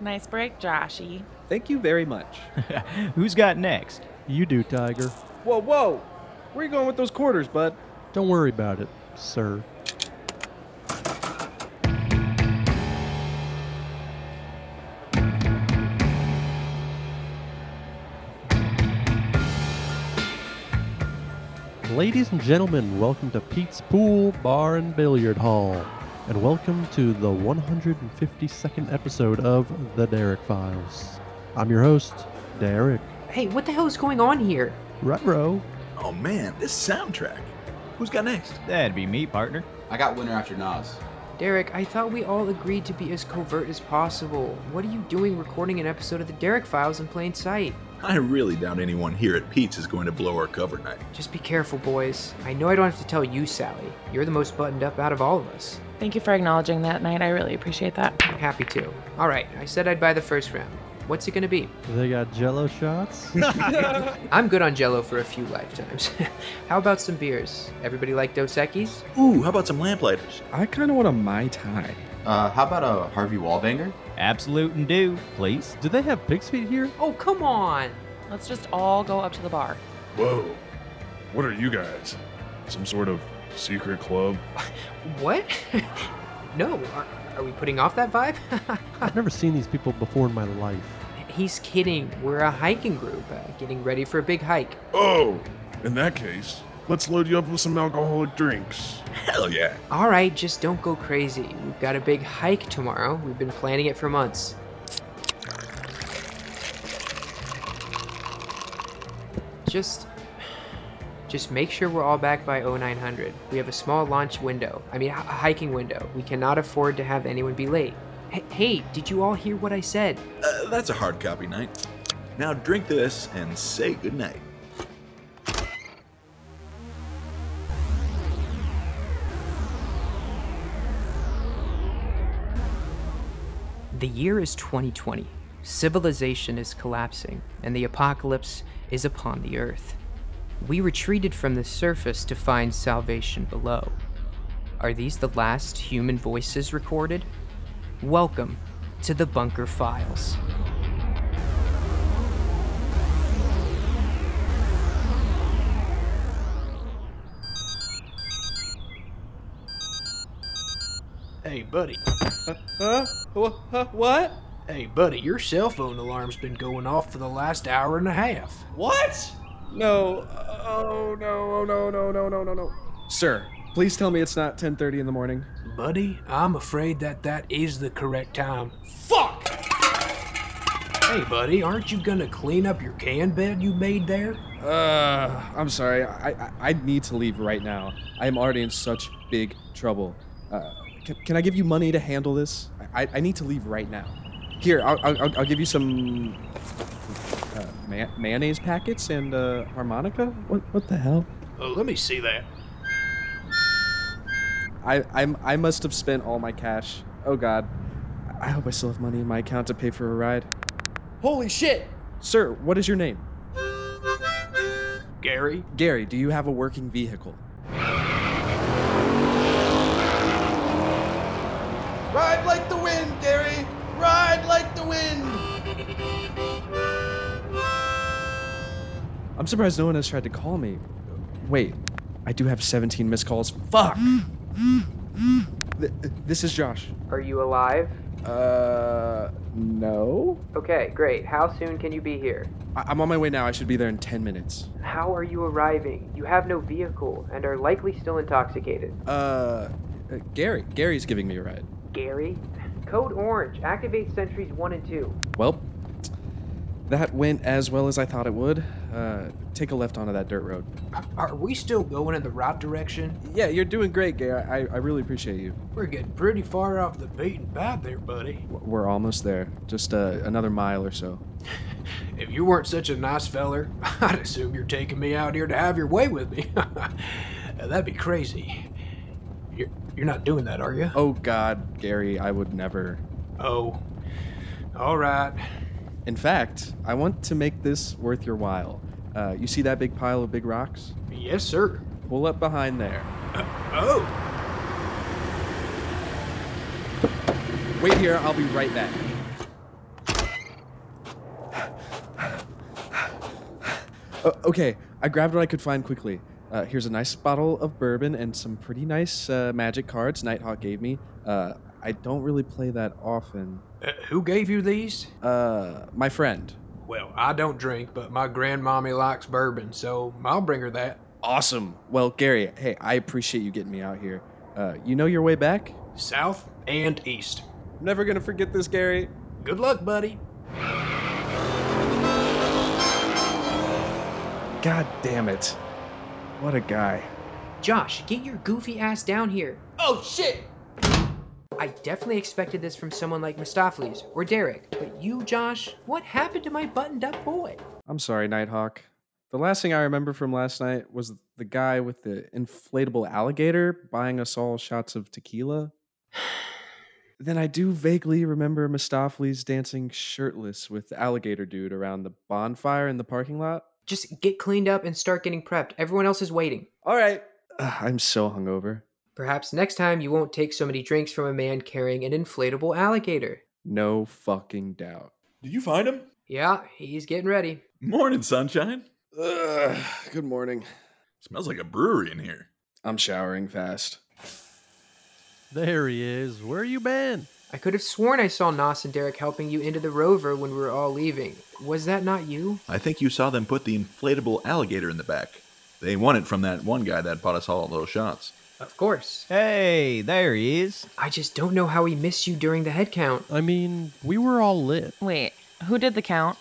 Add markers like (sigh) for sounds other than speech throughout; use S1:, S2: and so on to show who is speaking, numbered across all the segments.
S1: Nice break, Joshy.
S2: Thank you very (laughs) much.
S3: Who's got next?
S4: You do, Tiger.
S2: whoa, whoa! Where you going with those quarters, bud?
S4: Don't worry about it, sir. Ladies and gentlemen, welcome to Pete's Pool Bar and Billiard Hall, and welcome to the 152nd episode of The Derek Files. I'm your host, Derek
S5: Hey, what the hell is going on here?
S4: Rutrow.
S6: Oh man, this soundtrack. Who's got next?
S3: That'd be me, partner.
S7: I got winner after Nas.
S5: Derek, I thought we all agreed to be as covert as possible. What are you doing recording an episode of the Derek Files in plain sight?
S6: I really doubt anyone here at Pete's is going to blow our cover night.
S5: Just be careful, boys. I know I don't have to tell you, Sally. You're the most buttoned up out of all of us.
S1: Thank you for acknowledging that night. I really appreciate that.
S5: Happy to. All right, I said I'd buy the first round. What's it gonna be?
S4: They got jello shots.
S5: I'm good on Jello for a few lifetimes. (laughs) How about some beers? Everybody like Dos Equis?
S6: Ooh, how about some lamplighters?
S2: I kind of want a Mai Tai.
S7: Uh, how about a Harvey Wallbanger?
S3: Absolute and do, please.
S4: Do they have pig's feet here?
S5: Oh, come on!
S1: Let's just all go up to the bar.
S8: Whoa. What are you guys? Some sort of secret club?
S5: What? (laughs) no, are, are we putting off that vibe? (laughs)
S4: I've never seen these people before in my life.
S5: He's kidding. We're a hiking group, uh, getting ready for a big hike.
S8: Oh, in that case, let's load you up with some alcoholic drinks.
S6: Hell yeah.
S5: All right, just don't go crazy. We've got a big hike tomorrow. We've been planning it for months. Just just make sure we're all back by 0900. We have a small launch window. I mean, a h- a hiking window. We cannot afford to have anyone be late. Hey, hey, did you all hear what I said?
S6: Uh, that's a hard copy night. Now drink this and say goodnight.
S5: The year is 2020. Civilization is collapsing, and the apocalypse is upon the earth. We retreated from the surface to find salvation below. Are these the last human voices recorded? Welcome to the Bunker Files.
S9: Hey, buddy.
S2: Huh? Wha- huh? What?
S9: Hey, buddy, your cell phone alarm's been going off for the last hour and a half.
S2: What? No. Oh no! Oh no! No! No! No! No! No! Sir, please tell me it's not 10:30 in the morning.
S9: Buddy, I'm afraid that that is the correct time.
S2: Fuck!
S9: Hey, buddy, aren't you gonna clean up your can bed you made there?
S2: Uh, I'm sorry. I, I I need to leave right now. I am already in such big trouble. Uh, can, can I give you money to handle this? I, I, I need to leave right now. Here, I'll, I'll, I'll- I'll give you some uh, ma- mayonnaise packets and uh, harmonica. What what the hell?
S9: Oh, let me see that.
S2: I I'm, I must have spent all my cash. Oh God, I hope I still have money in my account to pay for a ride.
S9: Holy shit!
S2: Sir, what is your name?
S9: Gary?
S2: Gary, do you have a working vehicle?
S7: Ride like the wind, Gary! Ride like the wind!
S2: I'm surprised no one has tried to call me. Wait, I do have 17 missed calls. Fuck. Th- this is Josh.
S5: Are you alive?
S2: Uh, no.
S5: Okay, great. How soon can you be here?
S2: I- I'm on my way now. I should be there in 10 minutes.
S5: How are you arriving? You have no vehicle and are likely still intoxicated.
S2: Uh, uh, Gary. Gary's giving me a ride.
S5: Gary? Code Orange, activate sentries 1 and 2.
S2: Well, that went as well as I thought it would. Uh, take a left onto that dirt road.
S9: Are we still going in the right direction?
S2: Yeah, you're doing great, Gary. I, I really appreciate you.
S9: We're getting pretty far off the beaten path there, buddy.
S2: W- We're almost there. Just uh, another mile or so.
S9: If you weren't such a nice feller, (laughs) I'd assume you're taking me out here to have your way with me. (laughs) That'd be crazy. You're, you're not doing that, are you?
S2: Oh God, Gary, I would never.
S9: Oh. All right.
S2: In fact, I want to make this worth your while. Uh, you see that big pile of big rocks?
S9: Yes, sir.
S2: Pull up behind there.
S9: Oh,
S2: Wait here, I'll be right back. Uh, okay, I grabbed what I could find quickly. Uh, here's a nice bottle of bourbon and some pretty nice uh, magic cards Nighthawk gave me. Uh, I don't really play that often.
S9: Uh, who gave you these?
S2: Uh, my friend.
S9: Well, I don't drink, but my grandmommy likes bourbon, so I'll bring her that.
S2: Awesome. Well, Gary, hey, I appreciate you getting me out here. Uh, you know your way back?
S9: South and east.
S2: Never gonna forget this, Gary.
S9: Good luck, buddy.
S2: God damn it. What a guy.
S5: Josh, get your goofy ass down here.
S7: Oh shit!
S5: I definitely expected this from someone like Mistopheles or Derek, but you, Josh, what happened to my buttoned up boy?
S2: I'm sorry, Nighthawk. The last thing I remember from last night was the guy with the inflatable alligator buying us all shots of (sighs) tequila. then I do vaguely remember Mistopheles dancing shirtless with the alligator dude around the bonfire in the parking lot.
S5: Just get cleaned up and start getting prepped. Everyone else is waiting.
S2: All right. Ugh, I'm so hungover.
S5: Perhaps next time you won't take so many drinks from a man carrying an inflatable alligator.
S2: No fucking doubt.
S6: Did you find him?
S5: Yeah, he's getting ready.
S6: Morning, sunshine.
S2: Ugh, good morning.
S6: Smells like a brewery in here.
S2: I'm showering fast.
S4: There he is. Where you been?
S5: I could have sworn I saw Nos and Derek helping you into the rover when we were all leaving. Was that not you?
S6: I think you saw them put the inflatable alligator in the back. They won it from that one guy that bought us all those shots.
S5: Of course.
S3: Hey, there he is.
S5: I just don't know how he missed you during the head count.
S4: I mean, we were all lit.
S1: Wait, who did the count?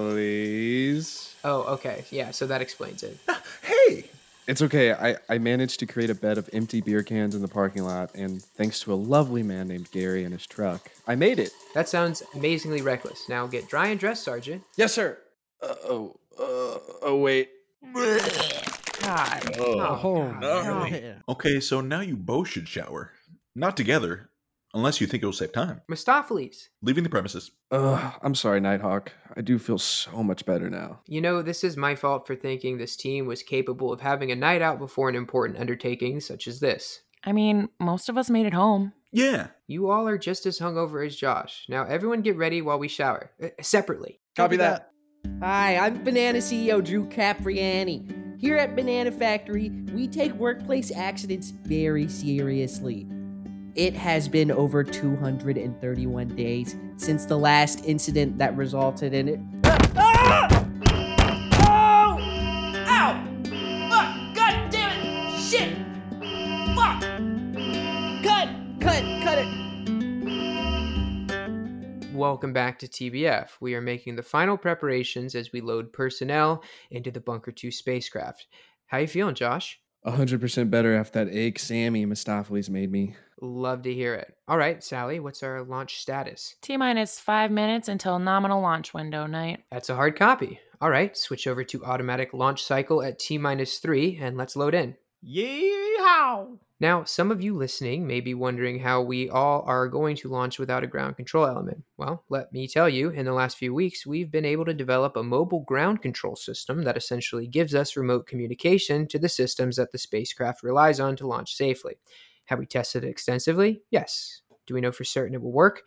S2: Mistopheles.
S5: Oh, okay. Yeah, so that explains it.
S6: Hey!
S2: It's okay. I, I managed to create a bed of empty beer cans in the parking lot, and thanks to a lovely man named Gary and his truck, I made it.
S5: That sounds amazingly reckless. Now get dry and dress, Sergeant.
S2: Yes, sir. Uh oh. Uh, oh, wait.
S1: God.
S4: Oh,
S6: no. Okay, so now you both should shower. Not together, unless you think it'll save time.
S5: Mistopheles,
S6: Leaving the premises.
S2: Ugh, I'm sorry, Nighthawk. I do feel so much better now.
S5: you know, this is my fault for thinking this team was capable of having a night out before an important undertaking such as this.
S1: I mean, most of us made it home.
S6: Yeah.
S5: You all are just as hungover as Josh. Now, everyone get ready while we shower. Uh, separately.
S2: Copy that.
S10: Hi, I'm Banana CEO Drew Capriani. Here at Banana Factory, we take workplace accidents very seriously. It has been over 231 days since the last incident that resulted in it.
S7: Oh! Ow! Fuck! God damn it! Shit! Fuck!
S10: Cut! Cut! Cut it!
S5: Welcome back to TBF. We are making the final preparations as we load personnel into the Bunker 2 spacecraft. How you feeling, Josh?
S2: 100% better after that egg Sammy Mistopheles made me.
S5: Love to hear it. All right, Sally, what's our launch status?
S1: T minus five minutes until nominal launch window night.
S5: That's a hard copy. All right, switch over to automatic launch cycle at T minus three and let's load in.
S3: Yeehaw!
S5: Now, some of you listening may be wondering how we all are going to launch without a ground control element. Well, let me tell you, in the last few weeks, we've been able to develop a mobile ground control system that essentially gives us remote communication to the systems that the spacecraft relies on to launch safely. Have we tested it extensively? Yes. Do we know for certain it will work?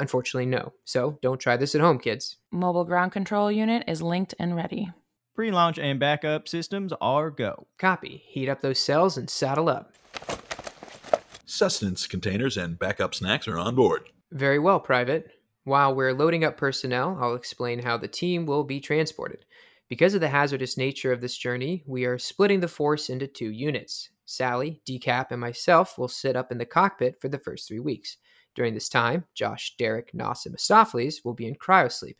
S5: Unfortunately, no. So don't try this at home, kids.
S1: Mobile ground control unit is linked and ready.
S3: Pre launch and backup systems are go.
S5: Copy. Heat up those cells and saddle up.
S6: Sustenance containers and backup snacks are on board.
S5: Very well, Private. While we're loading up personnel, I'll explain how the team will be transported. Because of the hazardous nature of this journey, we are splitting the force into two units. Sally, Decap, and myself will sit up in the cockpit for the first three weeks. During this time, Josh, Derek, Nos, and Mistopheles will be in cryosleep.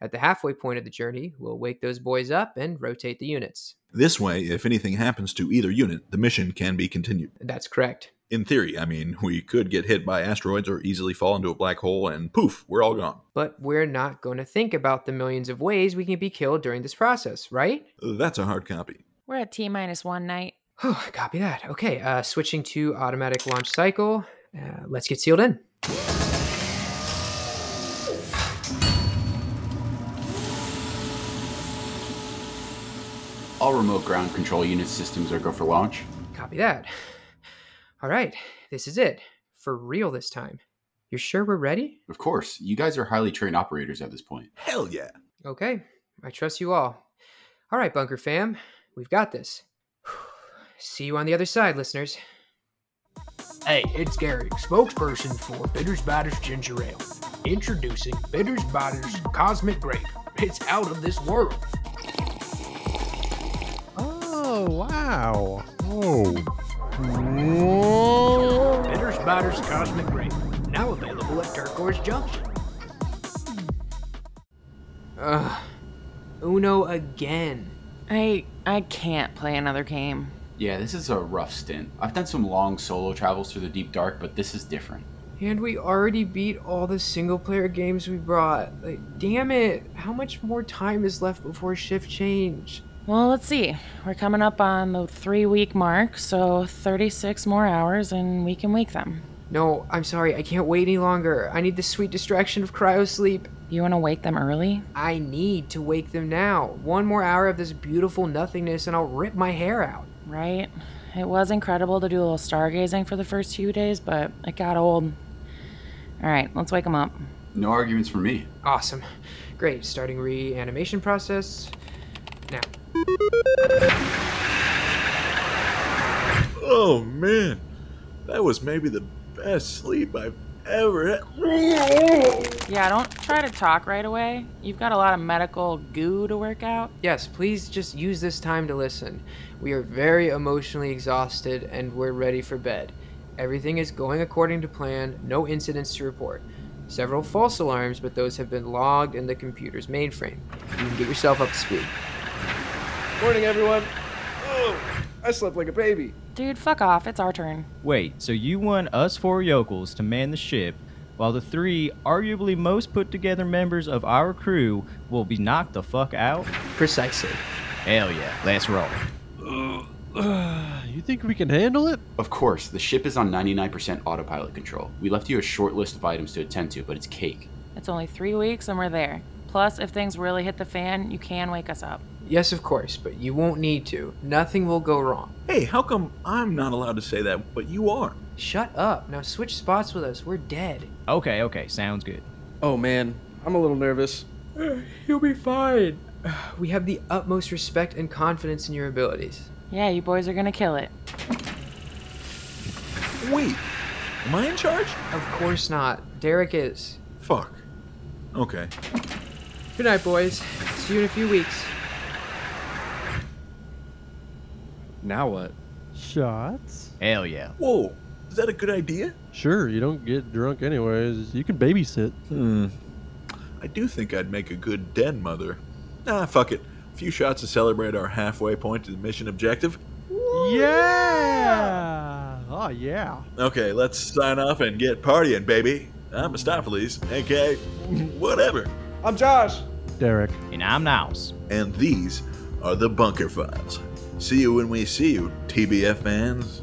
S5: At the halfway point of the journey, we'll wake those boys up and rotate the units.
S6: This way, if anything happens to either unit, the mission can be continued.
S5: That's correct.
S6: In theory, I mean, we could get hit by asteroids or easily fall into a black hole and poof, we're all gone.
S5: But we're not going to think about the millions of ways we can be killed during this process, right?
S6: That's a hard copy.
S1: We're at T minus one night.
S5: Whew, copy that. Okay, uh, switching to automatic launch cycle. Uh, let's get sealed in.
S11: All remote ground control unit systems are go for launch.
S5: Copy that. All right, this is it. For real this time. You're sure we're ready?
S11: Of course, you guys are highly trained operators at this point.
S6: Hell yeah.
S5: Okay, I trust you all. All right, Bunker fam, we've got this. See you on the other side, listeners.
S9: Hey, it's Gary, spokesperson for Bitters Bitters Ginger Ale. Introducing Bitters Bitters Cosmic Grape. It's out of this world.
S4: Oh, wow. Oh.
S9: Bitters Bitters Cosmic Grape. Now available at Turquoise Junction.
S5: Ugh. Uno again.
S1: I I can't play another game.
S11: Yeah, this is a rough stint. I've done some long solo travels through the deep dark, but this is different.
S5: And we already beat all the single player games we brought. Like, damn it. How much more time is left before shift change?
S1: Well, let's see. We're coming up on the three week mark, so 36 more hours and we can wake them.
S5: No, I'm sorry. I can't wait any longer. I need the sweet distraction of cryosleep.
S1: You want to wake them early?
S5: I need to wake them now. One more hour of this beautiful nothingness and I'll rip my hair out.
S1: Right? It was incredible to do a little stargazing for the first few days, but it got old. All right, let's wake them up.
S11: No arguments from me.
S5: Awesome. Great. Starting reanimation process. Now.
S6: Oh man, that was maybe the best sleep I've ever had.
S1: Yeah, don't try to talk right away. You've got a lot of medical goo to work out.
S5: Yes, please just use this time to listen. We are very emotionally exhausted and we're ready for bed. Everything is going according to plan, no incidents to report. Several false alarms, but those have been logged in the computer's mainframe. You can get yourself up to speed.
S2: Morning, everyone. Oh, I slept like a baby.
S1: Dude, fuck off. It's our turn.
S3: Wait, so you want us four yokels to man the ship, while the three arguably most put together members of our crew will be knocked the fuck out?
S5: Precisely.
S3: Hell yeah, let's roll.
S4: (sighs) you think we can handle it?
S11: Of course, the ship is on 99% autopilot control. We left you a short list of items to attend to, but it's cake.
S1: It's only three weeks and we're there. Plus, if things really hit the fan, you can wake us up.
S5: Yes, of course, but you won't need to. Nothing will go wrong.
S6: Hey, how come I'm not allowed to say that, but you are?
S5: Shut up. Now switch spots with us. We're dead.
S3: Okay, okay, sounds good.
S2: Oh man, I'm a little nervous.
S5: You'll be fine. We have the utmost respect and confidence in your abilities.
S1: Yeah, you boys are gonna kill it.
S6: Wait, am I in charge?
S5: Of course not. Derek is.
S6: Fuck. Okay.
S5: Good night, boys. See you in a few weeks.
S2: Now what?
S4: Shots?
S3: Hell yeah.
S6: Whoa, is that a good idea?
S4: Sure, you don't get drunk anyways. You can babysit.
S6: Hmm. I do think I'd make a good den mother. Ah, fuck it. A few shots to celebrate our halfway point to the mission objective.
S4: Yeah! Oh, yeah.
S6: Okay, let's sign off and get partying, baby. I'm Mistopheles, aka whatever.
S2: I'm Josh.
S4: Derek.
S3: And I'm Niles.
S6: And these are the Bunker Files. See you when we see you, TBF fans.